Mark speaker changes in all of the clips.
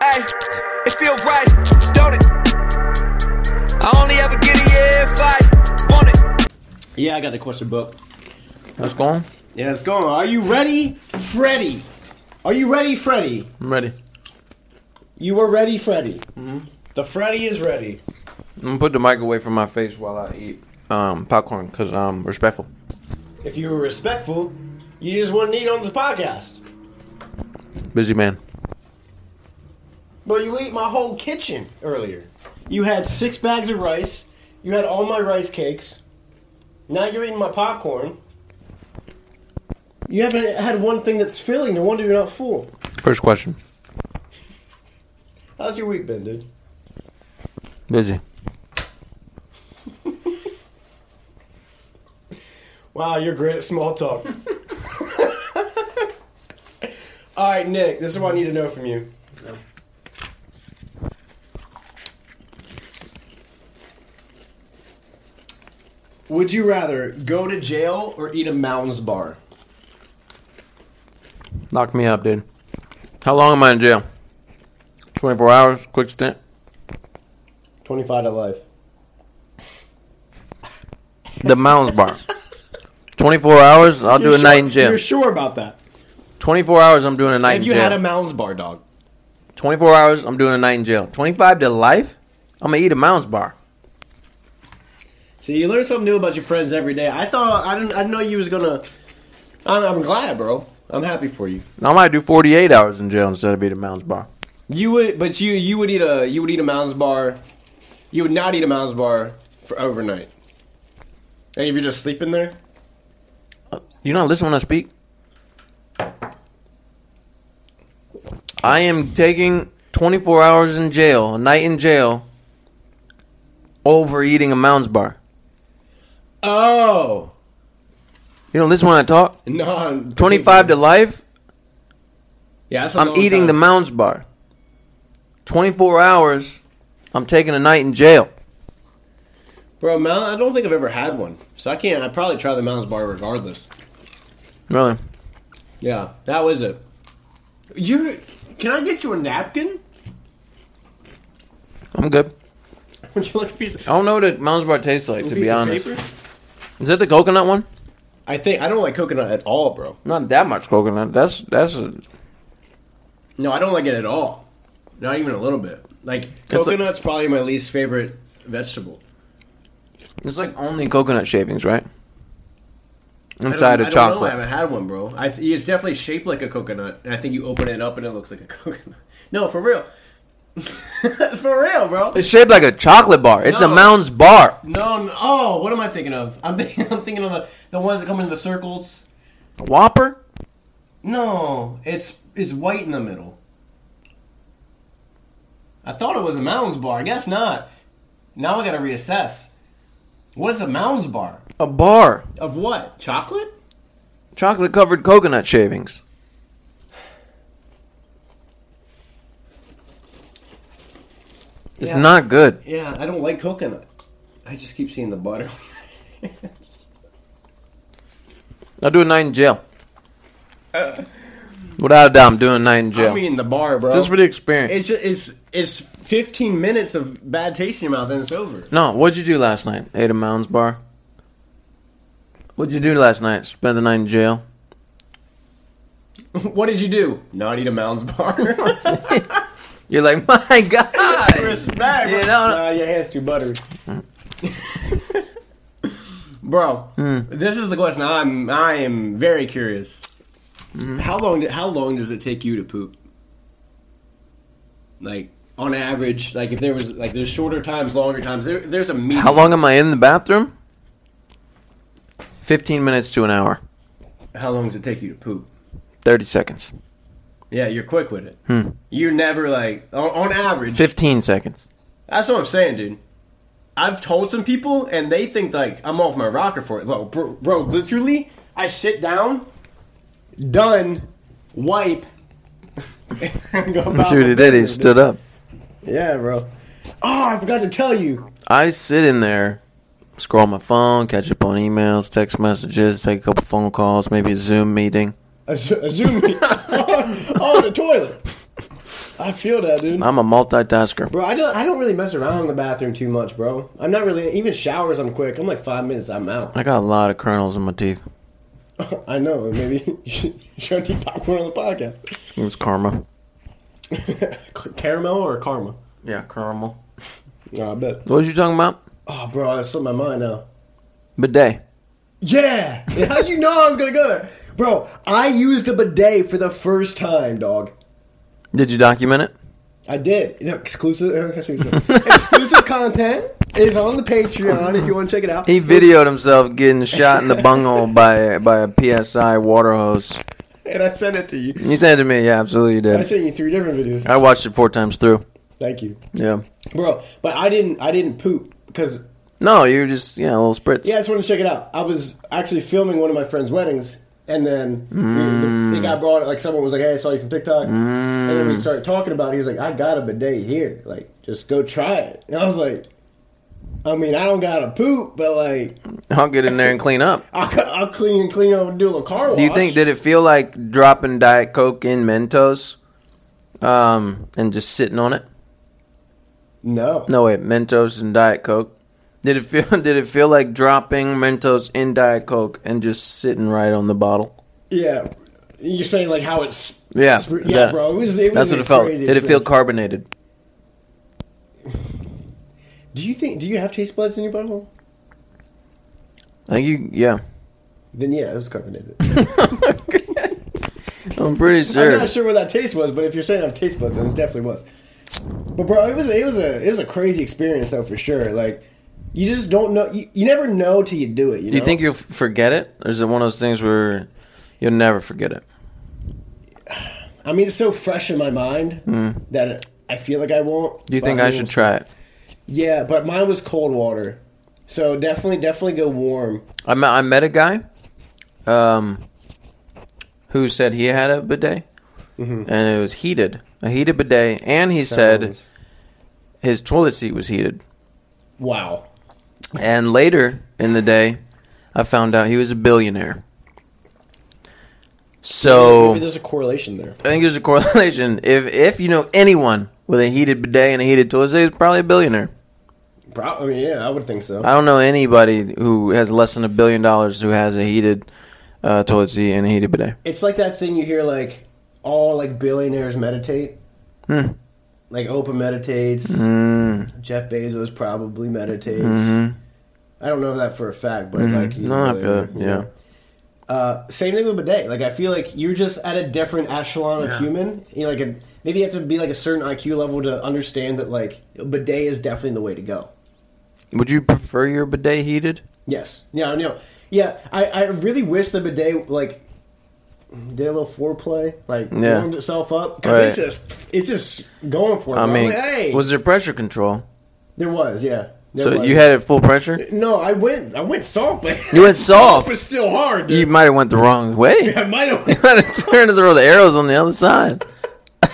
Speaker 1: right, it feel right, don't it? I only ever get it yeah, if I want it.
Speaker 2: Yeah, I got the question book.
Speaker 3: Let's go on.
Speaker 2: Yeah, it's going. Are you ready, Freddy? Are you ready, Freddy?
Speaker 3: I'm ready.
Speaker 2: You were ready, Freddy. The Freddy is ready.
Speaker 3: I'm gonna put the mic away from my face while I eat um, popcorn because I'm respectful.
Speaker 2: If you were respectful, you just wouldn't eat on this podcast.
Speaker 3: Busy man.
Speaker 2: Bro, you ate my whole kitchen earlier. You had six bags of rice. You had all my rice cakes. Now you're eating my popcorn. You haven't had one thing that's filling. No wonder you're not full.
Speaker 3: First question.
Speaker 2: How's your week been, dude?
Speaker 3: Busy.
Speaker 2: Wow, you're great at small talk. All right, Nick, this is what I need to know from you. Would you rather go to jail or eat a mountains bar?
Speaker 3: Lock me up, dude. How long am I in jail? 24 hours, quick stint.
Speaker 2: 25 to life.
Speaker 3: The Mounds Bar. 24 hours, I'll do a night in jail.
Speaker 2: You're sure about that?
Speaker 3: 24 hours, I'm doing a night
Speaker 2: Have
Speaker 3: in
Speaker 2: you
Speaker 3: jail.
Speaker 2: had a mountains bar, dog?
Speaker 3: 24 hours, I'm doing a night in jail. 25 to life, I'm gonna eat a Mounds Bar.
Speaker 2: See, you learn something new about your friends every day. I thought I didn't. I didn't know you was gonna. I'm, I'm glad, bro. I'm happy for you.
Speaker 3: I might do 48 hours in jail instead of eating a Mounds Bar.
Speaker 2: You would, but you you would eat a you would eat a Mounds bar. You would not eat a Mounds bar for overnight. And if you're just sleeping there,
Speaker 3: You not listen when I speak? I am taking 24 hours in jail, a night in jail, over eating a Mounds Bar.
Speaker 2: oh
Speaker 3: You don't listen when I talk?
Speaker 2: no,
Speaker 3: 25 to life,
Speaker 2: yeah, that's a
Speaker 3: I'm
Speaker 2: long
Speaker 3: eating the
Speaker 2: time.
Speaker 3: Mounds Bar. 24 hours, I'm taking a night in jail.
Speaker 2: bro. Mount, I don't think I've ever had one, so I can't. I'd probably try the Mounds bar regardless.
Speaker 3: Really?
Speaker 2: Yeah, that was it. You can I get you a napkin?
Speaker 3: I'm good.
Speaker 2: Would you like a piece of,
Speaker 3: I don't know what a Mounds Bar tastes like, Oh, to
Speaker 2: piece
Speaker 3: be
Speaker 2: of
Speaker 3: honest.
Speaker 2: paper?
Speaker 3: Is that the coconut one?
Speaker 2: I think I don't like coconut at all, bro.
Speaker 3: Not that much coconut. That's that's a,
Speaker 2: No, I don't like it at all. Not even a little bit. Like
Speaker 3: like-
Speaker 2: coconut's probably my least favorite vegetable.
Speaker 3: it's like only coconut shavings, right?
Speaker 2: I don't- e-
Speaker 3: Inside
Speaker 2: I
Speaker 3: of
Speaker 2: don't know,
Speaker 3: chocolate.
Speaker 2: I haven't had one, bro. I th- it's definitely shaped like a coconut, and I think you open it up and it looks like a coconut. No, for real. for real, bro.
Speaker 3: It's shaped like a chocolate bar. It's
Speaker 2: No.
Speaker 3: a Mounds bar.
Speaker 2: No, no, oh, what am I thinking of? I'm thinking, I'm thinking of the, the ones that come in the circles.
Speaker 3: Whopper?
Speaker 2: No, it's it's white in the middle. I thought it was a Mounds bar. I guess not. Now I gotta reassess. What is a Mounds bar?
Speaker 3: A bar.
Speaker 2: Of what? Chocolate?
Speaker 3: Chocolate covered coconut shavings. It's
Speaker 2: Yeah.
Speaker 3: not good.
Speaker 2: Yeah, I don't like coconut. I just keep seeing the butter.
Speaker 3: I'll do a night in jail. Without a doubt, I'm doing a night in jail.
Speaker 2: I mean the bar, bro.
Speaker 3: Just for the experience.
Speaker 2: it's just, it's it's 15 minutes of bad taste in your mouth and it's over.
Speaker 3: no, what'd you do last night? Ate a Mounds bar? What'd you do last night? Spent the night in jail?
Speaker 2: what did you do? Not eat a Mounds bar. Respect.
Speaker 3: You're like, my God.
Speaker 2: bro.
Speaker 3: You know-
Speaker 2: Nah, your hands too buttery. bro, this is the question. I'm I am very curious.
Speaker 3: Mm-hmm.
Speaker 2: How long did, how long does it take you to poop? Like on average, like if there was like there's shorter times, longer times. There, there's a median.
Speaker 3: How long am I in the bathroom? 15 minutes to an hour.
Speaker 2: How long does it take you to poop?
Speaker 3: 30 seconds.
Speaker 2: Yeah, you're quick with it.
Speaker 3: Hmm.
Speaker 2: You're never like on, on average.
Speaker 3: 15 seconds.
Speaker 2: That's what I'm saying, dude. I've told some people, and they think like I'm off my rocker for it. Bro, bro, bro literally, I sit down, done, wipe. and go
Speaker 3: That's what he did. He stood up.
Speaker 2: Yeah, bro. Oh, I forgot to tell you.
Speaker 3: I sit in there, scroll my phone, catch up on emails, text messages, take a couple phone calls, maybe a Zoom meeting.
Speaker 2: A, zo- a Zoom meeting. oh, the toilet. I feel that, dude.
Speaker 3: I'm a multitasker.
Speaker 2: Bro, I don't. I don't really mess around in the bathroom too much, bro. I'm not really even showers. I'm quick. I'm like five minutes. I'm out.
Speaker 3: I got a lot of kernels in my teeth.
Speaker 2: I know. Maybe you should, you should eat popcorn on the podcast.
Speaker 3: It was karma.
Speaker 2: Caramel or karma?
Speaker 3: Yeah, caramel.
Speaker 2: Oh, I bet.
Speaker 3: What was you talking about?
Speaker 2: Oh, bro, I slipped my mind now.
Speaker 3: Bidet.
Speaker 2: Yeah. How you know I was gonna go there, bro? I used a bidet for the first time, dog.
Speaker 3: Did you document it?
Speaker 2: I did. No, Exclusive, uh, exclusive exclusive content is on the Patreon if you want to check it out.
Speaker 3: He videoed himself getting shot in the bunghole by by a PSI water hose.
Speaker 2: and I sent it to you.
Speaker 3: You said to me, yeah, absolutely you
Speaker 2: I
Speaker 3: did.
Speaker 2: sent you three different videos.
Speaker 3: I watched it four times through.
Speaker 2: Thank you,
Speaker 3: Yeah.
Speaker 2: bro. But I didn't. I didn't poop because
Speaker 3: No, you were just yeah, a little spritz.
Speaker 2: yeah, I just wanted to check it out. I was actually filming one of my friends' weddings. And then
Speaker 3: Mm.
Speaker 2: we- the, the guy brought it. Like someone was like, "Hey, I saw you from TikTok," and then we started talking about. it. He was like, "I got a bidet here. Like, just go try it." And I was like, "I mean, I don't gotta poop, but like,
Speaker 3: I'll get in there and clean up.
Speaker 2: I'll, I'll clean and clean up and do a little car wash.
Speaker 3: Do you think did it feel like dropping Diet Coke in Mentos, um, and just sitting on it?
Speaker 2: No.
Speaker 3: No wait, Mentos and Diet Coke. Did it feel did it feel like dropping Mentos in Diet Coke and just sitting right on the bottle?
Speaker 2: Yeah. You're saying like how it's.
Speaker 3: Yeah,
Speaker 2: it's- yeah,
Speaker 3: that-
Speaker 2: bro. It was, it was
Speaker 3: That's
Speaker 2: a
Speaker 3: what it felt.
Speaker 2: crazy
Speaker 3: Did it feel
Speaker 2: experience.
Speaker 3: carbonated?
Speaker 2: Do you think? Do you have taste buds in your butthole?
Speaker 3: Like you, yeah.
Speaker 2: Then yeah, it was carbonated.
Speaker 3: I'm pretty
Speaker 2: I'm
Speaker 3: sure.
Speaker 2: not sure what that taste was, but if you're saying I have taste buds, then it definitely was. But bro, it was it was a it was a crazy experience though for sure. Like you just don't know. You, you never know till you do it. You,
Speaker 3: Do you
Speaker 2: know?
Speaker 3: think you'll f- forget it? Or is it one of those things where you'll never forget it?
Speaker 2: I mean, it's so fresh in my mind that I feel like I won't.
Speaker 3: Hmm. Do you
Speaker 2: but
Speaker 3: think
Speaker 2: mean,
Speaker 3: I should try it?
Speaker 2: Yeah, but mine was cold water, so definitely definitely go warm.
Speaker 3: I met, I met a guy um, who said he had a bidet, and it was heated, a heated bidet, and he said
Speaker 2: Mm-hmm. Sounds-
Speaker 3: his toilet seat was heated.
Speaker 2: "Wow,
Speaker 3: And later in the day, I found out he was a billionaire. So
Speaker 2: maybe there's a correlation there."
Speaker 3: I think there's a correlation. If if you know anyone with a heated bidet and a heated toilet, seat, it's probably a billionaire.
Speaker 2: Probably, I mean, yeah, I would think so.
Speaker 3: I don't know anybody who has less than a billion dollars who has a heated uh, toilet seat and a heated bidet.
Speaker 2: It's like that thing you hear, like all like billionaires meditate.
Speaker 3: Hmm.
Speaker 2: Like Oprah meditates. Jeff Bezos probably meditates. I don't know that for a fact, but like, he's
Speaker 3: Mm-hmm. No, I
Speaker 2: really-
Speaker 3: feel it. Yeah.
Speaker 2: Uh, same thing with bidet. Like I feel like you're just at a different echelon of human. You know, like a, maybe you have to be like a certain IQ level to understand that like bidet is definitely the way to go.
Speaker 3: Would you prefer your bidet heated?
Speaker 2: Yes. Yeah. No. Yeah. I, I really wish the bidet like did a little foreplay, like
Speaker 3: Yeah.
Speaker 2: warmed itself up because it's
Speaker 3: Right.
Speaker 2: just it's just going for it.
Speaker 3: I
Speaker 2: I'm
Speaker 3: mean,
Speaker 2: like, hey,
Speaker 3: was there pressure control?
Speaker 2: there was yeah. There
Speaker 3: So
Speaker 2: was.
Speaker 3: you had it full pressure.
Speaker 2: no. I went. I went soft, but
Speaker 3: You went
Speaker 2: It
Speaker 3: soft.
Speaker 2: was still hard.
Speaker 3: You
Speaker 2: Dude.
Speaker 3: might have went the wrong way.
Speaker 2: I might have.
Speaker 3: trying to turn to throw the arrows on the other side.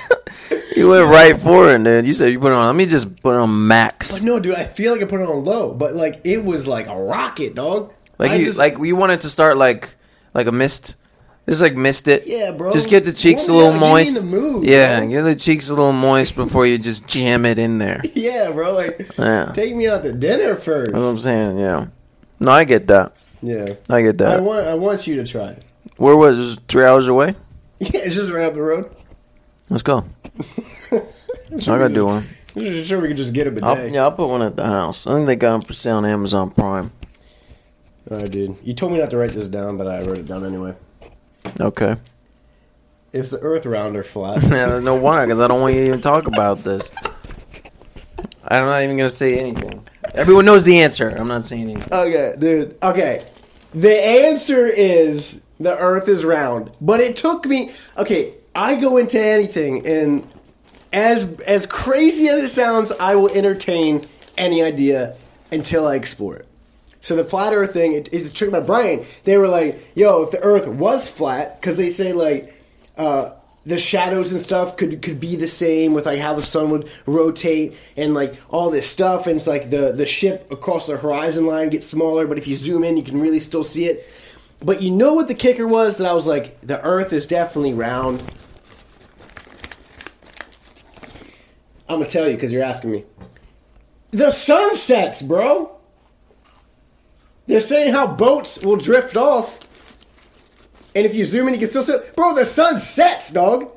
Speaker 3: you went right for it, dude. You said you put it on. Let me just put it on max.
Speaker 2: No, dude. I feel like I put it on low, but like it was like a rocket, dog. I
Speaker 3: Like you,
Speaker 2: just-
Speaker 3: like you wanted to start like like a mist. Just like mist it.
Speaker 2: Yeah, bro.
Speaker 3: Just get the cheeks a
Speaker 2: Warm me up.
Speaker 3: little
Speaker 2: Get me
Speaker 3: moist.
Speaker 2: in the mood,
Speaker 3: yeah,
Speaker 2: bro.
Speaker 3: get the cheeks a little moist before you just jam it in there. That's
Speaker 2: yeah, bro. Like
Speaker 3: Yeah. Um,
Speaker 2: take me out to dinner first.
Speaker 3: what I'm saying. Yeah. No, I get that.
Speaker 2: yeah.
Speaker 3: I get
Speaker 2: I
Speaker 3: that.
Speaker 2: want. I want you to try it.
Speaker 3: Where was it? Just Three hours away.
Speaker 2: Yeah, it's just right up the road.
Speaker 3: Let's go. I gotta do one.
Speaker 2: I'm just sure we could just get a bidet.
Speaker 3: I'll, yeah, I'll put one at the house. I think they got them for sale on Amazon Prime.
Speaker 2: All right, dude. You told me not to write this down, but I wrote it down anyway.
Speaker 3: Okay.
Speaker 2: It's the Earth round or flat.
Speaker 3: Yeah, no wonder, because I don't want you to even talk about this. I'm not even going to say anything. Everyone knows the answer. I'm not saying anything.
Speaker 2: okay, dude. Okay. The answer is the Earth is round. But it took me. Okay, I go into anything, and as as crazy as it sounds, I will entertain any idea until I explore it. So the flat Earth thing, it, it tricked my brain. They were like, "Yo, if the Earth was flat, because they say like uh, the shadows and stuff could could be the same with like how the sun would rotate and like all this stuff, and it's like the the ship across the horizon line gets smaller, but if you zoom in, you can really still see it. But you know what the kicker was that I was like, the Earth is definitely round. I'm gonna tell you because you're asking me. The sun sets, bro. They're saying how boats will drift off, and if you zoom in, you can still see. Bro, the sun sets, dog.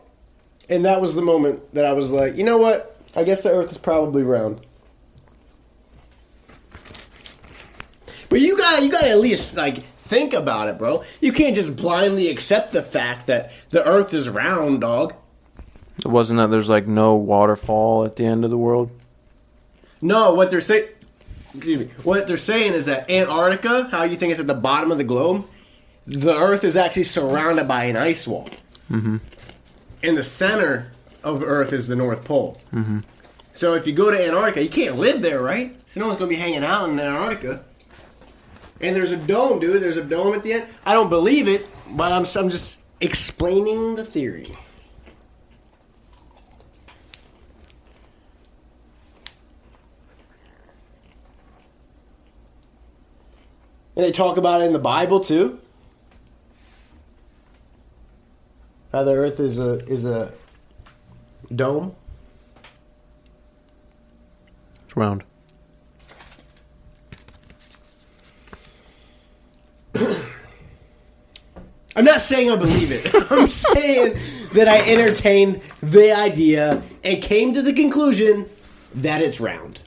Speaker 2: And that was the moment that I was like, you know what? I guess the Earth is probably round. But you got to you got to at least like think about it, bro. You can't just blindly accept the fact that the Earth is round, dog.
Speaker 3: It wasn't that there's like no waterfall at the end of the world.
Speaker 2: No, what they're saying, excuse me, what they're saying is that Antarctica, how you think it's at the bottom of the globe, the Earth is actually surrounded by an ice wall. Mm-hmm. And the center of Earth is the North Pole. Mm-hmm. So if you go to Antarctica, you can't live there, right? So no one's going to be hanging out in Antarctica. And there's a dome, dude. There's a dome at the end. I don't believe it, but I'm, I'm just explaining the theory. And they talk about it in the Bible too. How the earth is a is a dome.
Speaker 3: It's round.
Speaker 2: I'm not saying I believe it. I'm saying that I entertained the idea and came to the conclusion that it's round.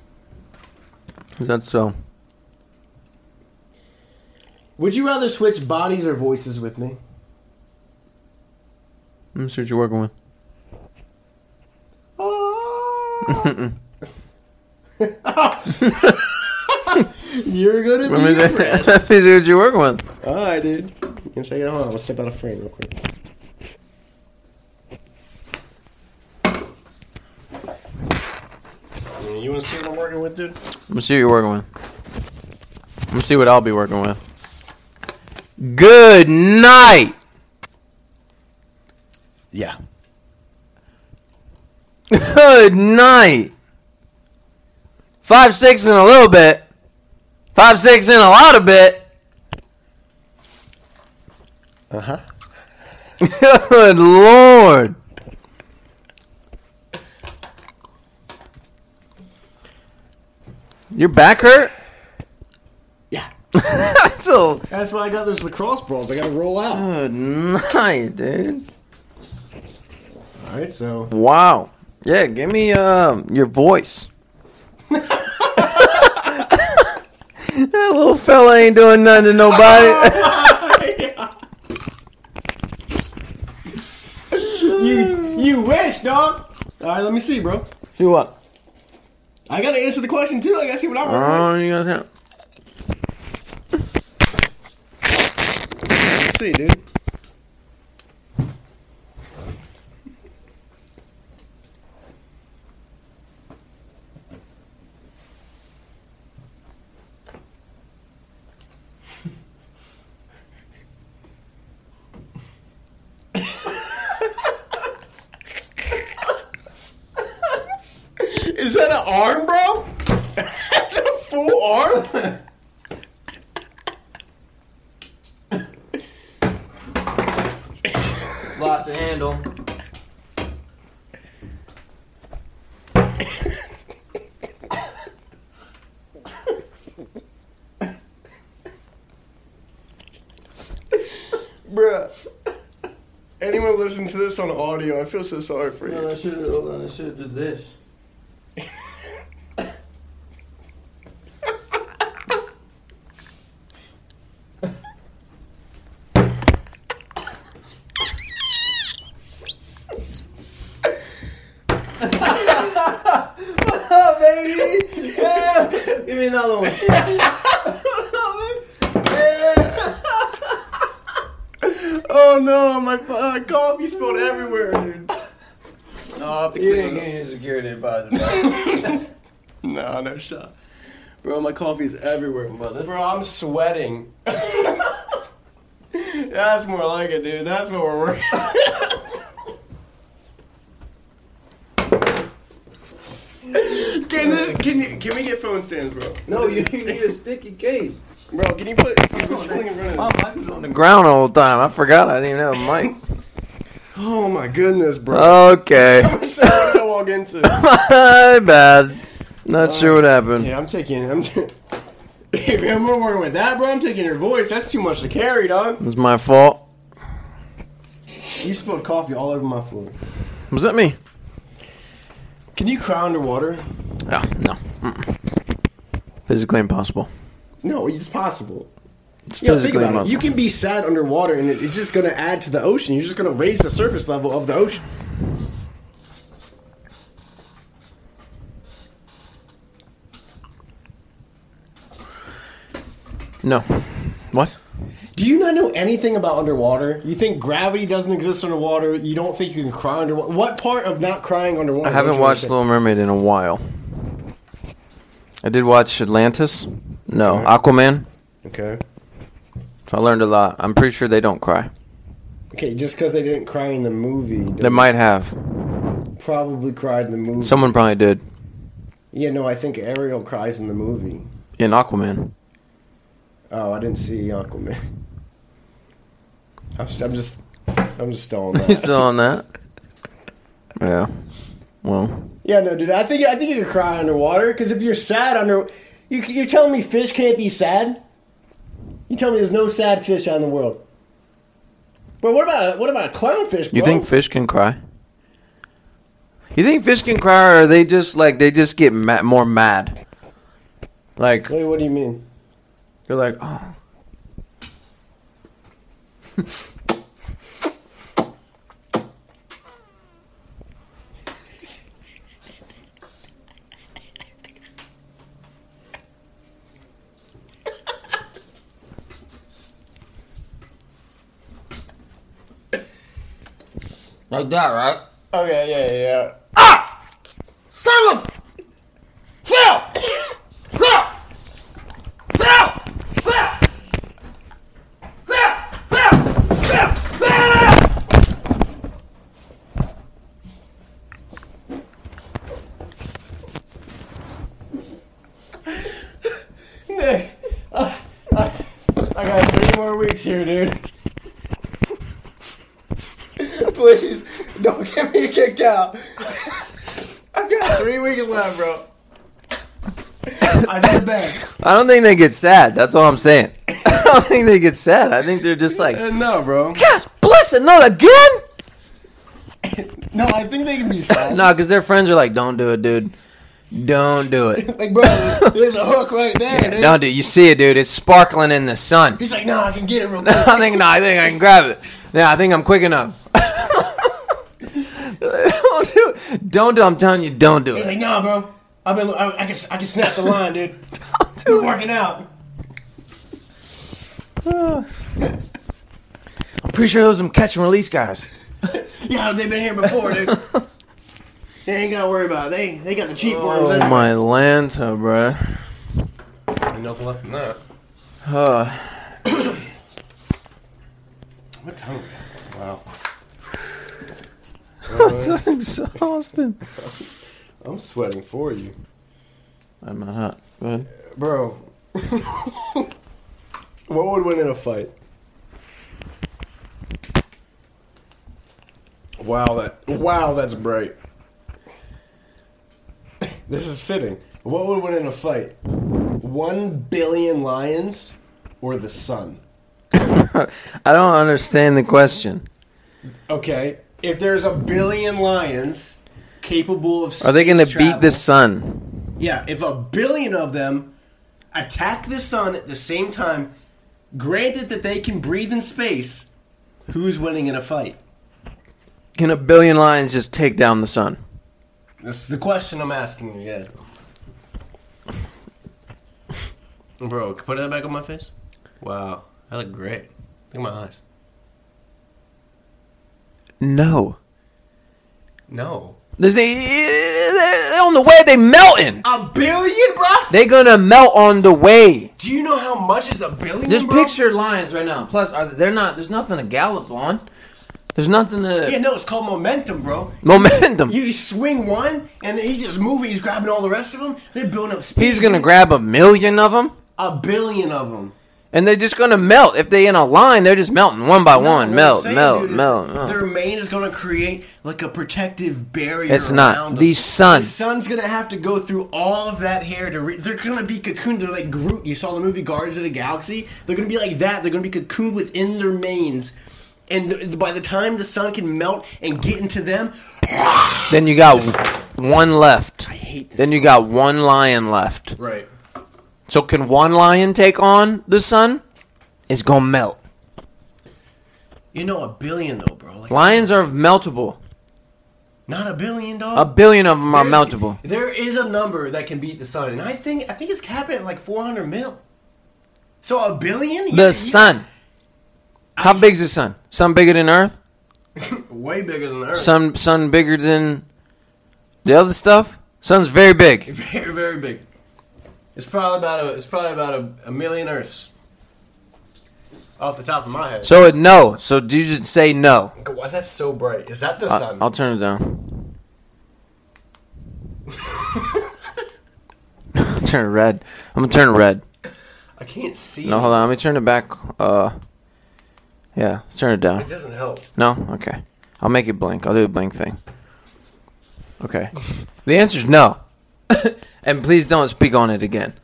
Speaker 3: Is that so?
Speaker 2: Would you rather switch bodies or voices with me?
Speaker 3: Let me see what you're working with.
Speaker 2: You're gonna
Speaker 3: Let
Speaker 2: be
Speaker 3: me see-
Speaker 2: impressed.
Speaker 3: Let me see what you're working with.
Speaker 2: All right, dude. Can check it out. Hold on, I'm gonna step out of frame real quick. You want to see what I'm working with, dude?
Speaker 3: Let me see what you're working with. Let me see what I'll be working with. Good night.
Speaker 2: Yeah.
Speaker 3: Good night. Five six in a little bit. Five six in a lot of bit.
Speaker 2: Uh huh.
Speaker 3: Uh-huh. Good lord. Your back hurt?
Speaker 2: Yeah.
Speaker 3: That's a
Speaker 2: That's why I got those lacrosse balls. I gotta roll out.
Speaker 3: good night, dude.
Speaker 2: All right, so
Speaker 3: Wow. Yeah, give me um your voice. that little fella ain't doing nothing to nobody.
Speaker 2: you you wish, dog. All right, let me see, bro.
Speaker 3: See what?
Speaker 2: I gotta answer the question too. I gotta see what I'm working with.
Speaker 3: Oh, you guys have.
Speaker 2: Let's see, dude. Is that an arm, bro? That's a full arm?
Speaker 3: Lot to handle.
Speaker 2: Bruh. Anyone listening to this on audio, I feel so sorry for you.
Speaker 3: should have. I should have did this. Give me another one.
Speaker 2: Oh no, my uh, coffee spilled everywhere, dude. No, I'll have to clean it up.
Speaker 3: security
Speaker 2: No, no shot. Bro, my coffee's everywhere. Bro, I'm sweating. That's more like it, dude. That's what we're working. Can, this, can you can we get phone stands, bro?
Speaker 3: No, you need a sticky case.
Speaker 2: Bro, can you put can you put something in front of this?
Speaker 3: mic was on the ground the whole time. I forgot I didn't even have a mic.
Speaker 2: Oh my goodness, bro.
Speaker 3: Okay.
Speaker 2: Someone log into.
Speaker 3: My bad. Not sure what happened.
Speaker 2: yeah, I'm taking. I'm. if I'm working with that, bro, I'm taking your voice. That's too much to carry, dog.
Speaker 3: It's my fault.
Speaker 2: You spilled coffee all over my floor.
Speaker 3: Was that me?
Speaker 2: Can you cry underwater?
Speaker 3: No, no. Mm-mm. Physically impossible.
Speaker 2: No, it's possible.
Speaker 3: It's
Speaker 2: Yeah, think
Speaker 3: physically
Speaker 2: about it. You
Speaker 3: impossible.
Speaker 2: can be sad underwater, and it- it's just going to add to the ocean. You're just going to raise the surface level of the ocean.
Speaker 3: No. What?
Speaker 2: Do you not know anything about underwater? You think gravity doesn't exist underwater? You don't think you can cry underwater? What part of not crying underwater?
Speaker 3: I haven't watched Little Mermaid in a while. I did watch Atlantis. No, Aquaman.
Speaker 2: Okay.
Speaker 3: So I learned a lot. I'm pretty sure they don't cry.
Speaker 2: Okay, just because they didn't cry in the movie,
Speaker 3: They might have.
Speaker 2: probably cried in the movie.
Speaker 3: Someone probably did
Speaker 2: yeah, no, I think Ariel cries in the movie.
Speaker 3: in Aquaman.
Speaker 2: Oh, I didn't see Aquaman. I'm just, I'm just, I'm just stalling
Speaker 3: He's
Speaker 2: that.
Speaker 3: still on that. Yeah. Well,
Speaker 2: yeah, no, dude, I think I think you can cry underwater because if you're sad under, you, you're telling me fish can't be sad. You tell me there's no sad fish out in the world. But what about a, what about a clownfish? Bro?
Speaker 3: you think fish can cry? You think fish can cry, or are they just like they just get ma- more mad? Like
Speaker 2: Wait, what do you mean?
Speaker 3: they're like, oh, like that, right?
Speaker 2: Okay, yeah, yeah,
Speaker 3: Salem! Phil! Phil! Phil! Phil! Phil! Phil! Phil! Phil!
Speaker 2: yeah. Nick, I- I- I got three more weeks here, dude. Please don't get me kicked out. I got three weeks left, bro. I did bad.
Speaker 3: I don't think they get sad. That's all I'm saying. I don't think they get sad. I think they're just like,
Speaker 2: Uh, no, bro.
Speaker 3: God bless it, not again.
Speaker 2: No, I think they can be sad.
Speaker 3: No, because their friends are like, don't do it, dude. Don't do it.
Speaker 2: Like, bro, there's a hook right there, dude.
Speaker 3: Don't do it. You see it, dude. It's sparkling in the sun.
Speaker 2: He's like, no, I can get it real quick.
Speaker 3: I think no, I think I can grab it. Yeah, I think I'm quick enough. don't do it. Don't do it. I'm telling you, don't do
Speaker 2: He's
Speaker 3: it.
Speaker 2: like, nah, bro. I've been, I, I, can, I can snap the line, dude. We're working out.
Speaker 3: I'm pretty sure those are some catch and release guys.
Speaker 2: Yeah, they've been here before, dude. they ain't gotta worry about it. They they got the cheap worms.
Speaker 3: Oh my Lanta, bro.
Speaker 2: Nothing left from that.
Speaker 3: Uh,
Speaker 2: What time? is it? Wow.
Speaker 3: exhausted.
Speaker 2: I'm sweating for you,
Speaker 3: I'm not hot. Go ahead.
Speaker 2: bro. what would win in a fight? Wow, that wow, that's bright. this is fitting. What would win in a fight? One billion lions or the sun?
Speaker 3: I don't understand the question.
Speaker 2: Okay, if there's a billion lions capable of,
Speaker 3: Are they going to
Speaker 2: space
Speaker 3: beat
Speaker 2: travel-
Speaker 3: the sun?
Speaker 2: Yeah, if a billion of them attack the sun at the same time, granted that they can breathe in space, who's winning in a fight?
Speaker 3: Can a billion lions just take down the sun?
Speaker 2: That's the question I'm asking you. Yeah. Bro, put that back on my face. Wow, I look great. Look at my eyes.
Speaker 3: No.
Speaker 2: No,
Speaker 3: There's they, they're on the way they melting.
Speaker 2: a billion, bro.
Speaker 3: They gonna melt on the way.
Speaker 2: Do you know how much is a billion?
Speaker 3: Just
Speaker 2: bro?
Speaker 3: picture lions right now. Plus, are they're not. There's nothing to gallop on. There's nothing to
Speaker 2: Yeah, no, it's called momentum, bro.
Speaker 3: momentum.
Speaker 2: You swing one, and then he's just moving. He's grabbing all the rest of them. They're building up speed.
Speaker 3: He's gonna grab a million of them.
Speaker 2: a billion of them.
Speaker 3: And they're just gonna melt if they in a line. They're just melting one by one.
Speaker 2: What I'm
Speaker 3: Melt,
Speaker 2: saying,
Speaker 3: melt,
Speaker 2: dude, is
Speaker 3: melt, melt.
Speaker 2: Their mane is going to create like a protective barrier.
Speaker 3: It's not.
Speaker 2: around
Speaker 3: The
Speaker 2: them.
Speaker 3: sun.
Speaker 2: The sun's going to have to go through all of that hair to. Re- they're going to be cocooned. They're like Groot. You saw the movie Guardians of the Galaxy. They're going to be like that. They're going to be cocooned within their manes, and th- by the time the sun can melt and get into them,
Speaker 3: Then you got one left. I
Speaker 2: hate this
Speaker 3: Then you got one lion left.
Speaker 2: right.
Speaker 3: So can one lion take on the sun? It's gonna melt.
Speaker 2: You know, a billion though, bro. Like,
Speaker 3: Lions are meltable.
Speaker 2: not a billion, dog.
Speaker 3: A billion of them are
Speaker 2: There's-
Speaker 3: meltable.
Speaker 2: There is a number that can beat the sun, and I think I think it's capping at like 400 mil. So a billion? You-
Speaker 3: The
Speaker 2: you-
Speaker 3: sun. How big's the sun? Sun bigger than Earth?
Speaker 2: way bigger than Earth.
Speaker 3: Sun sun bigger than the other stuff? Sun's very big.
Speaker 2: very very big. It's probably about a it's probably about a, a million Earths. Off the top of my head.
Speaker 3: So it no. So you should say no.
Speaker 2: Why that's so bright? Is that the
Speaker 3: I,
Speaker 2: sun?
Speaker 3: Uh, I'll turn it down. turn it red. I'm gonna turn it red.
Speaker 2: I can't see.
Speaker 3: No, hold on. Let me turn it back. Uh, yeah, let's turn it down.
Speaker 2: It doesn't help.
Speaker 3: No, okay. I'll make it blink. I'll do a blink thing. Okay. The answer is no. and please don't speak on it again.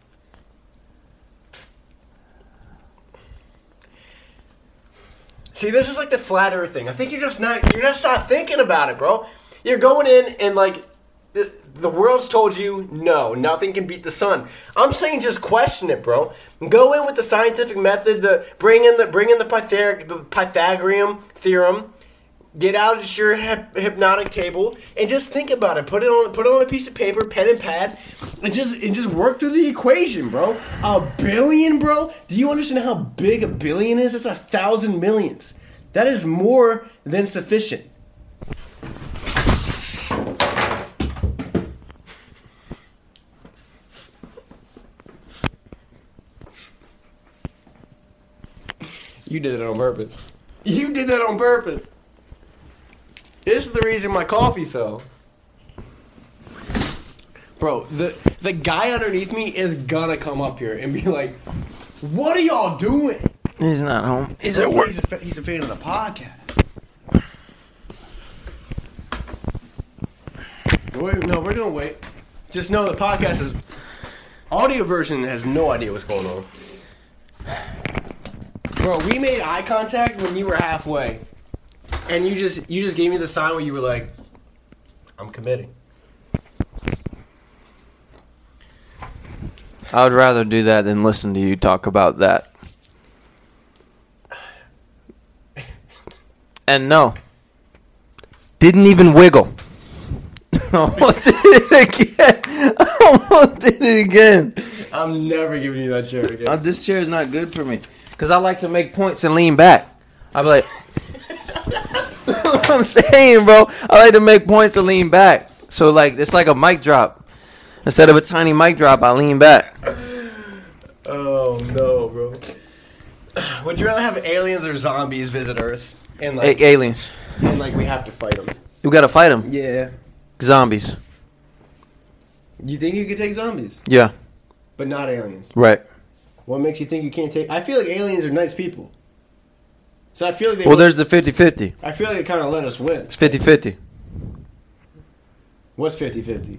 Speaker 2: See, this is like the flat Earth thing. I think you're just not you're just not thinking about it, bro. You're going in and like the, the world's told you no, nothing can beat the sun. I'm saying just question it, bro. Go in with the scientific method. The bring in the bring in the, Pythag- the Pythagorean theorem. Get out at your hyp- hypnotic table and just think about it. Put it on put it on a piece of paper, pen and pad, and just and just work through the equation, bro. A billion, bro. Do you understand how big a billion is? It's a thousand millions. That is more than sufficient. You did it on purpose. You did that on purpose. This is the reason my coffee fell. Bro, the the guy underneath me is gonna come up here and be like, "What are y'all doing?"
Speaker 3: He's not home. He's at work.
Speaker 2: He's a, fa- he's a fan of the podcast. Wait, no, we're doing wait. Just know the podcast is audio version has no idea what's going on. Bro, we made eye contact when you were halfway, and you just you just gave me the sign where you were like, "I'm committing."
Speaker 3: I would rather do that than listen to you talk about that. And no. Didn't even wiggle. almost did it again. almost did it again.
Speaker 2: I'm never giving you that chair again.
Speaker 3: Uh, this chair is not good for me because I like to make points and lean back. I be like, I'm saying, bro. I like to make points and lean back. So like, it's like a mic drop. Instead of a tiny mic drop, I lean back.
Speaker 2: Oh no, bro. Would you rather have aliens or zombies visit Earth? And like,
Speaker 3: A- aliens,
Speaker 2: and like we have to fight them.
Speaker 3: you gotta fight them.
Speaker 2: Yeah.
Speaker 3: Zombies.
Speaker 2: You think you could take zombies,
Speaker 3: Yeah.
Speaker 2: but not aliens?
Speaker 3: Right.
Speaker 2: What makes you think you can't take? I feel like aliens are nice people. So I feel like they.
Speaker 3: Well, there's the 50-50.
Speaker 2: I feel like they kind of let us win.
Speaker 3: It's 50-50.
Speaker 2: What's 50-50?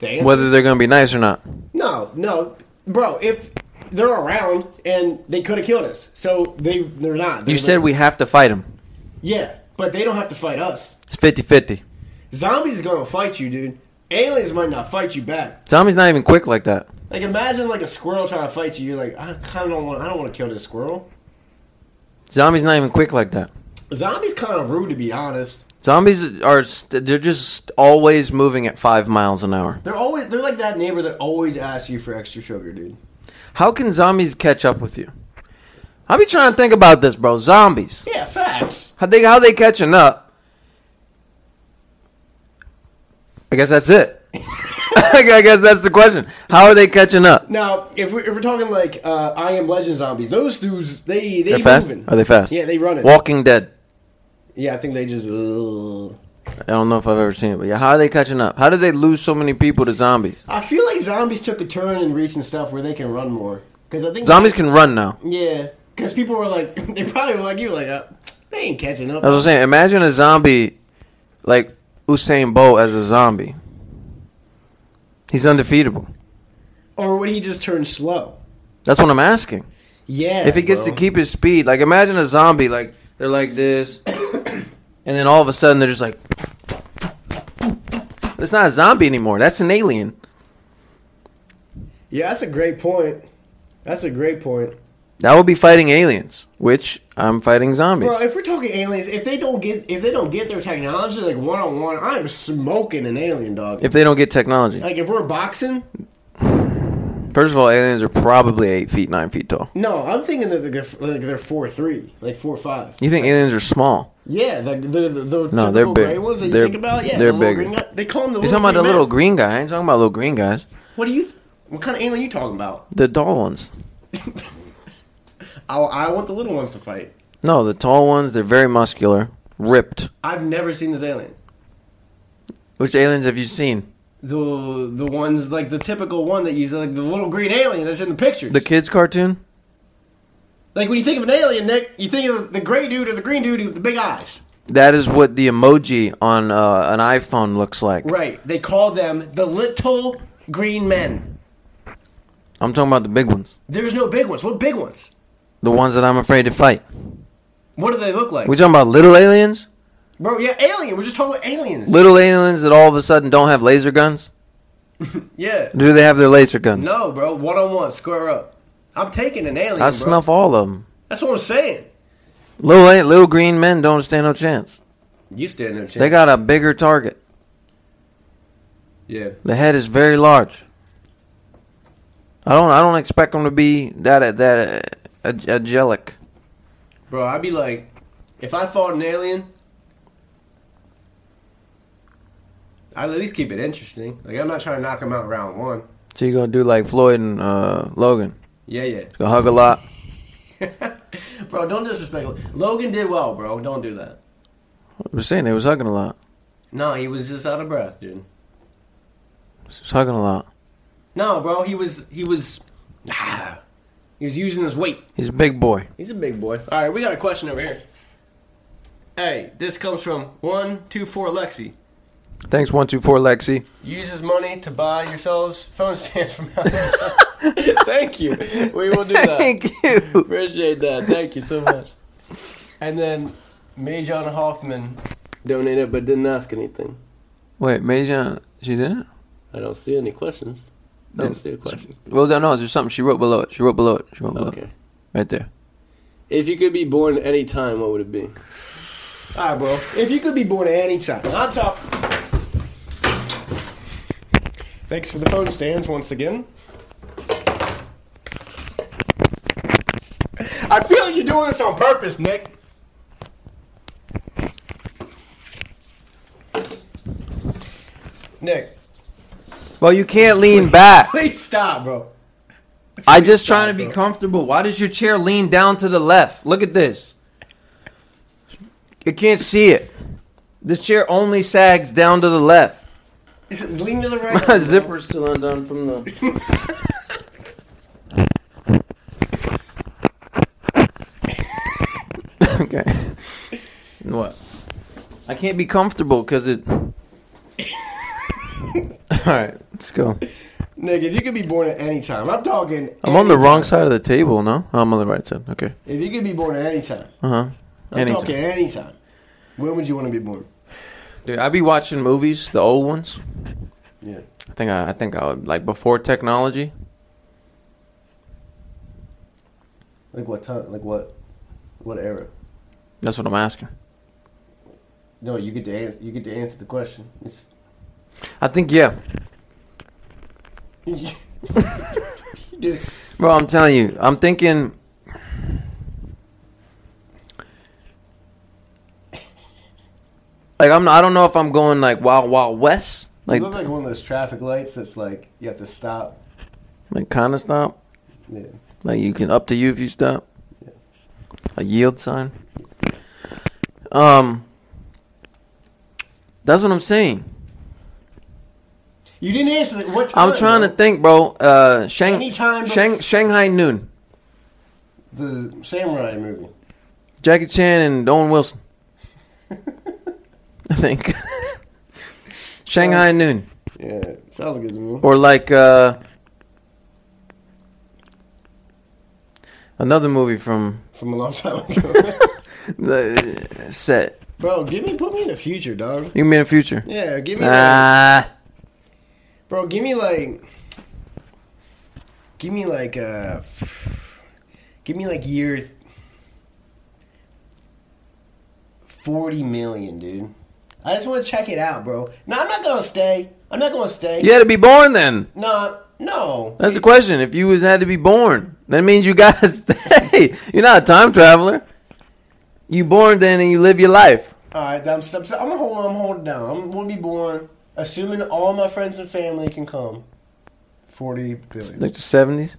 Speaker 2: The answer.
Speaker 3: Whether they're gonna be nice or not.
Speaker 2: No, no, bro. If they're around and they could have killed us, so they they're not. They're
Speaker 3: You said
Speaker 2: like-
Speaker 3: we have to fight them.
Speaker 2: Yeah, but they don't have to fight us.
Speaker 3: It's 50-50.
Speaker 2: Zombies is gonna fight you, dude. Aliens might not fight you back.
Speaker 3: Zombies not even quick like that.
Speaker 2: Like imagine like a squirrel trying to fight you. You're like, I kind of don't want. I don't want to kill this squirrel.
Speaker 3: Zombies not even quick like that.
Speaker 2: Zombies kind of rude to be honest.
Speaker 3: Zombies are st- they're just always moving at 5 miles an hour.
Speaker 2: They're always they're like that neighbor that always asks you for extra sugar, dude.
Speaker 3: How can zombies catch up with you? I be trying to think about this, bro. Zombies.
Speaker 2: Yeah, facts.
Speaker 3: How they how they catching up? I guess that's it. I guess that's the question. How are they catching up?
Speaker 2: Now, if we're, if we're talking like uh, I Am Legend zombies, those dudes they they
Speaker 3: They're fast.
Speaker 2: moving.
Speaker 3: Are they fast?
Speaker 2: Yeah, they running.
Speaker 3: Walking Dead.
Speaker 2: Yeah, I think they just. ugh.
Speaker 3: I don't know if I've ever seen it, but yeah, how are they catching up? How did they lose so many people to zombies?
Speaker 2: I feel like zombies took a turn in recent stuff where they can run more. Because I think
Speaker 3: Zombies can run now.
Speaker 2: Yeah, because people were like, they probably were like you, like uh, they ain't catching up.
Speaker 3: That's what I'm saying. Imagine a zombie like Usain Bolt as a zombie. He's undefeatable.
Speaker 2: Or would he just turn slow?
Speaker 3: That's what I'm asking.
Speaker 2: Yeah.
Speaker 3: If he gets
Speaker 2: bro.
Speaker 3: to keep his speed, like imagine a zombie, like they're like this, and then all of a sudden they're just like, it's not a zombie anymore. That's an alien.
Speaker 2: Yeah, that's a great point. That's a great point.
Speaker 3: That would be fighting aliens, which I'm fighting zombies.
Speaker 2: Bro, if we're talking aliens, if they don't get if they don't get their technology like one on one, I'm smoking an alien dog.
Speaker 3: If they don't get technology,
Speaker 2: like if we're boxing,
Speaker 3: first of all, aliens are probably eight feet, nine feet tall.
Speaker 2: no, I'm thinking that they're like they're four three, like four five.
Speaker 3: You think aliens are small?
Speaker 2: Yeah, the the the, the
Speaker 3: No,
Speaker 2: typical
Speaker 3: they're big.
Speaker 2: gray ones that you
Speaker 3: They're-
Speaker 2: think about. Yeah,
Speaker 3: they're
Speaker 2: the little
Speaker 3: bigger.
Speaker 2: green guy- they call them the.
Speaker 3: You
Speaker 2: little
Speaker 3: talking about
Speaker 2: green
Speaker 3: the little
Speaker 2: men.
Speaker 3: green guy? I ain't talking about little green guys.
Speaker 2: What do you? th- What kind of alien you talking about?
Speaker 3: The tall ones.
Speaker 2: I, I want the little ones to fight.
Speaker 3: No, the tall ones. They're very muscular, ripped.
Speaker 2: I've never seen this alien.
Speaker 3: Which aliens have you seen?
Speaker 2: The the ones like the typical one that you see, like the little green alien that's in the pictures.
Speaker 3: The kids cartoon.
Speaker 2: like when you think of an alien, Nick, you think of the gray dude or the green dude with the big eyes.
Speaker 3: That is what the emoji on uh, an iPhone looks like.
Speaker 2: Right. They call them the little green men.
Speaker 3: I'm talking about the big ones,
Speaker 2: There's no big ones. What big ones?
Speaker 3: the ones that I'm afraid to fight.
Speaker 2: What do they look like?
Speaker 3: We talking about little aliens?
Speaker 2: Bro, yeah, alien. We're just talking about aliens.
Speaker 3: Little aliens that all of a sudden don't have laser guns?
Speaker 2: yeah.
Speaker 3: Do they have their laser guns?
Speaker 2: No, bro. One on one, square up. I'm taking an alien. bro.
Speaker 3: I snuff all of them.
Speaker 2: That's what I'm saying.
Speaker 3: Little a- little green men don't stand no chance.
Speaker 2: You stand no chance.
Speaker 3: They got a bigger target.
Speaker 2: yeah.
Speaker 3: The head is very large. I don't I don't expect them to be that that uh, ag- angelic.
Speaker 2: Bro, I'd be like, if I fought an alien, I'd at least keep it interesting. Like, I'm not trying to knock him out round one.
Speaker 3: So you gonna do like Floyd and uh, Logan?
Speaker 2: Yeah, yeah.
Speaker 3: Gonna hug a lot.
Speaker 2: Bro, don't disrespect. Logan did well, bro. Don't do that.
Speaker 3: I was saying they was hugging a lot.
Speaker 2: No, he was just out of breath, dude.
Speaker 3: was hugging a lot.
Speaker 2: No, bro, he was he was ah, he was using his weight.
Speaker 3: He's a big boy.
Speaker 2: He's a big boy. All right, we got a question over here. Hey, this comes from one two four Lexi.
Speaker 3: Thanks one two four Lexi.
Speaker 2: Uses money to buy yourselves phone stands from Amazon. Thank you. We will do that.
Speaker 3: Thank you.
Speaker 2: Appreciate that. Thank you so much. And then May John Hoffman donated but didn't ask anything.
Speaker 3: Wait, Meja, she didn't.
Speaker 2: I don't see any questions. I don't see a question.
Speaker 3: Well, no, no, there's something she wrote below it. She wrote below it. She wrote below it. Right there.
Speaker 2: If you could be born at any time, what would it be? Alright, bro. If you could be born at any time. I'm top. Thanks for the phone stands once again. I feel like you're doing this on purpose, Nick. Nick,
Speaker 3: Well, you can't lean back.
Speaker 2: please stop, bro.
Speaker 3: I just trying to be comfortable. Why does your chair lean down to the left? Look at this. You can't see it. This chair only sags down to the left.
Speaker 2: Lean to the right.
Speaker 3: My zipper's still undone from the. okay. What? I can't be comfortable because it. All right, let's go.
Speaker 2: Nick, if you could be born at any time, I'm talking.
Speaker 3: I'm on the
Speaker 2: any
Speaker 3: wrong
Speaker 2: time.
Speaker 3: side of the table, no? Oh, I'm on the right side. Okay.
Speaker 2: If you could be born at any time,
Speaker 3: Uh huh.
Speaker 2: I'm talking any time. When would you want to be born?
Speaker 3: Dude, I be watching movies, the old ones.
Speaker 2: Yeah.
Speaker 3: I think I, I think I would like before technology.
Speaker 2: Like what time? Like what? What era?
Speaker 3: That's what I'm asking.
Speaker 2: No, you get to answer. You get to answer the question. It's,
Speaker 3: I think yeah,
Speaker 2: you just-
Speaker 3: bro. I'm telling you, I'm thinking. Like I'm, I don't know if I'm going like Wild Wild West,
Speaker 2: you
Speaker 3: like
Speaker 2: look like one of those traffic lights that's like you have to stop.
Speaker 3: like kind of stop.
Speaker 2: Yeah.
Speaker 3: Like you can up to you if you stop.
Speaker 2: Yeah.
Speaker 3: A yield sign. Um. That's what I'm saying.
Speaker 2: You didn't answer that. What time?
Speaker 3: I'm trying to
Speaker 2: bro?
Speaker 3: think, bro. Uh, Shang,
Speaker 2: Anytime bef-
Speaker 3: Shang, Shanghai Noon.
Speaker 2: The samurai movie.
Speaker 3: Jackie Chan and Owen Wilson. I think. Shanghai Noon.
Speaker 2: Yeah, sounds good to me.
Speaker 3: Or like uh another movie from
Speaker 2: From a long time ago,
Speaker 3: the set.
Speaker 2: bro. Give me, put me in the future, dog.
Speaker 3: You mean the future?
Speaker 2: Yeah, give me, like,
Speaker 3: Ah,
Speaker 2: bro. Give me like, give me like, uh, give me like year th- forty million, dude. I just want to check it out, bro. No, I'm not gonna stay. I'm not gonna stay.
Speaker 3: you had to be born then.
Speaker 2: No, no.
Speaker 3: That's the question. If you was had to be born, that means you gotta stay. You're not a time traveler. You born then and you live your life.
Speaker 2: All right, I'm, I'm, I'm gonna hold. I'm holding down. I'm gonna be born, assuming all my friends and family can come. Forty billion.
Speaker 3: Like the seventies,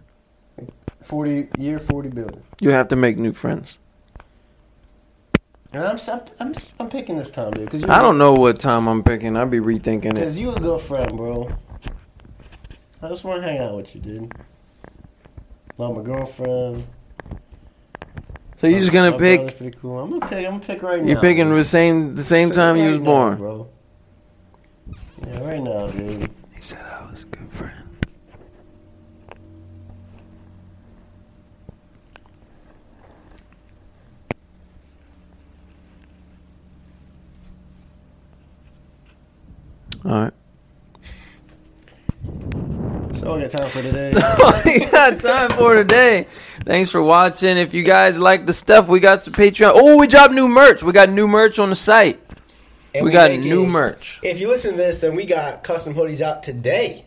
Speaker 2: Forty year, forty billion.
Speaker 3: you have to make new friends.
Speaker 2: And I'm s- I'm I'm, s- I'm picking this time, dude. Cause you
Speaker 3: I don't know what time I'm picking. I'll be rethinking it.
Speaker 2: Cause you a good friend, bro. I just want to hang out with you, dude. Not my girlfriend.
Speaker 3: So you're just
Speaker 2: My
Speaker 3: gonna
Speaker 2: brother's
Speaker 3: pick.
Speaker 2: Pretty cool. I'm gonna pick. I'm gonna pick right now.
Speaker 3: You're picking the same the same
Speaker 2: Say
Speaker 3: time you
Speaker 2: right
Speaker 3: was
Speaker 2: now,
Speaker 3: born.
Speaker 2: bro. Yeah, right now, dude.
Speaker 3: He said I was a good friend. All right.
Speaker 2: So I got time for today.
Speaker 3: we got time for today. Thanks for watching. If you guys like the stuff, we got some Patreon. Oh, we dropped new merch. We got new merch on the site.
Speaker 2: And
Speaker 3: we, got
Speaker 2: making-
Speaker 3: new merch.
Speaker 2: If you listen to this, then we got custom hoodies out today.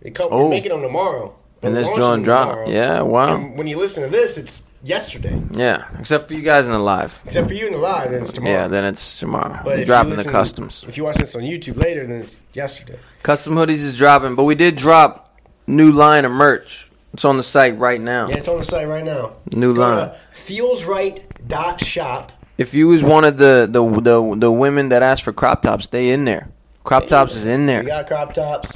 Speaker 2: They come,
Speaker 3: Oh.
Speaker 2: We're making them tomorrow.
Speaker 3: And
Speaker 2: We're
Speaker 3: this
Speaker 2: launching
Speaker 3: drawing
Speaker 2: them
Speaker 3: drop.
Speaker 2: tomorrow.
Speaker 3: Yeah, wow.
Speaker 2: And when you listen to this, it's yesterday.
Speaker 3: Yeah, except for you guys in the live.
Speaker 2: Except for you in the live, then it's tomorrow.
Speaker 3: Yeah, then it's tomorrow.
Speaker 2: But if
Speaker 3: We're
Speaker 2: you
Speaker 3: dropping the
Speaker 2: listen-
Speaker 3: customs.
Speaker 2: If you watch this on YouTube later, then it's yesterday.
Speaker 3: Custom hoodies is dropping, but we did drop new line of merch. It's on the site right now.
Speaker 2: Yeah, it's on the site right now.
Speaker 3: New
Speaker 2: Go to
Speaker 3: line.
Speaker 2: Feelsright.shop.
Speaker 3: If you was one of the the the, the women that asked for crop tops, they in there. Crop tops is in
Speaker 2: We
Speaker 3: there.
Speaker 2: got crop tops.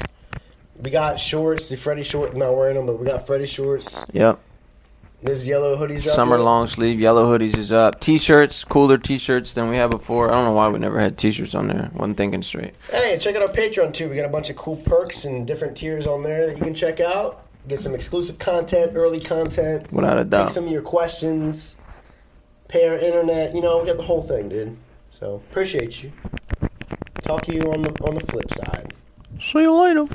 Speaker 2: We got shorts. The Freddy shorts. I'm not wearing them, but we got Freddy shorts.
Speaker 3: Yep.
Speaker 2: There's yellow hoodies. out
Speaker 3: Summer
Speaker 2: there.
Speaker 3: long sleeve, yellow hoodies is up. T-shirts, cooler T-shirts than we had before. I don't know why we never had T-shirts on there. Wasn't thinking straight.
Speaker 2: Hey, check out our Patreon too. We got a bunch of cool perks and different tiers on there that you can check out. Get some exclusive content, early content.
Speaker 3: Without a doubt.
Speaker 2: Take some of your questions. Pay our internet. You know, we got the whole thing, dude. So appreciate you. Talk to you on the on the flip side.
Speaker 3: See you later.